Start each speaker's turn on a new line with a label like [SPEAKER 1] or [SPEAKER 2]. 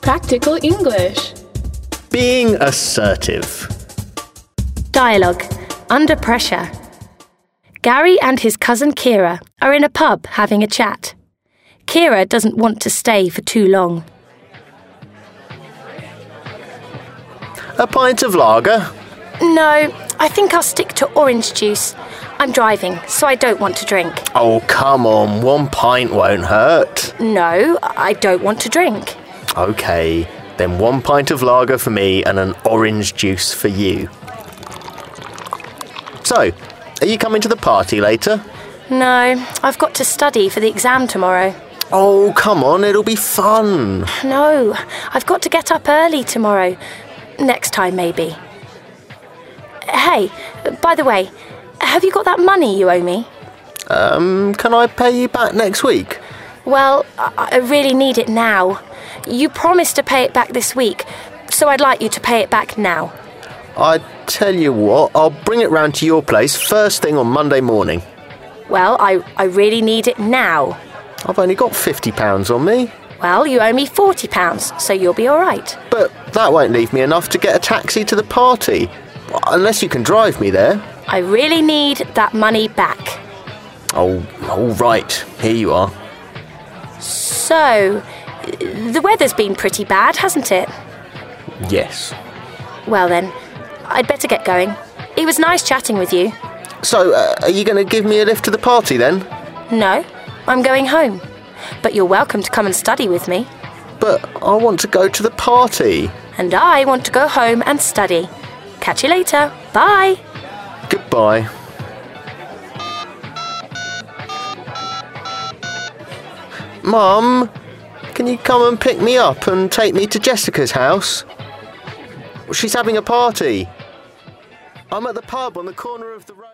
[SPEAKER 1] Practical English.
[SPEAKER 2] Being assertive.
[SPEAKER 3] Dialogue Under Pressure. Gary and his cousin Kira are in a pub having a chat. Kira doesn't want to stay for too long.
[SPEAKER 2] A pint of lager.
[SPEAKER 3] No, I think I'll stick to orange juice. I'm driving, so I don't want to drink.
[SPEAKER 2] Oh, come on, one pint won't hurt.
[SPEAKER 3] No, I don't want to drink.
[SPEAKER 2] Okay, then one pint of lager for me and an orange juice for you. So, are you coming to the party later?
[SPEAKER 3] No, I've got to study for the exam tomorrow.
[SPEAKER 2] Oh, come on, it'll be fun.
[SPEAKER 3] No, I've got to get up early tomorrow. Next time, maybe. Hey, by the way, have you got that money you owe me?
[SPEAKER 2] Um, can I pay you back next week?
[SPEAKER 3] Well, I I really need it now. You promised to pay it back this week, so I'd like you to pay it back now.
[SPEAKER 2] I tell you what, I'll bring it round to your place first thing on Monday morning.
[SPEAKER 3] Well, I, I really need it now.
[SPEAKER 2] I've only got £50 on me,
[SPEAKER 3] Well, you owe me £40, so you'll be all right.
[SPEAKER 2] but that won't leave me enough to get a taxi to the party. Unless you can drive me there.
[SPEAKER 3] I really need that money back.
[SPEAKER 2] Oh, all right, here you are.
[SPEAKER 3] So, the weather's been pretty bad, hasn't it?
[SPEAKER 2] Yes.
[SPEAKER 3] Well, then, I'd better get going. It was nice chatting with you.
[SPEAKER 2] So, uh, are you going to give me a lift to the party then?
[SPEAKER 3] No, I'm going home. But you're welcome to come and study with me.
[SPEAKER 2] But I want to go to the party.
[SPEAKER 3] And I want to go home and study. Catch you later. Bye.
[SPEAKER 2] Goodbye. Mum, can you come and pick me up and take me to Jessica's house? She's having a party. I'm at the pub on the corner of the road.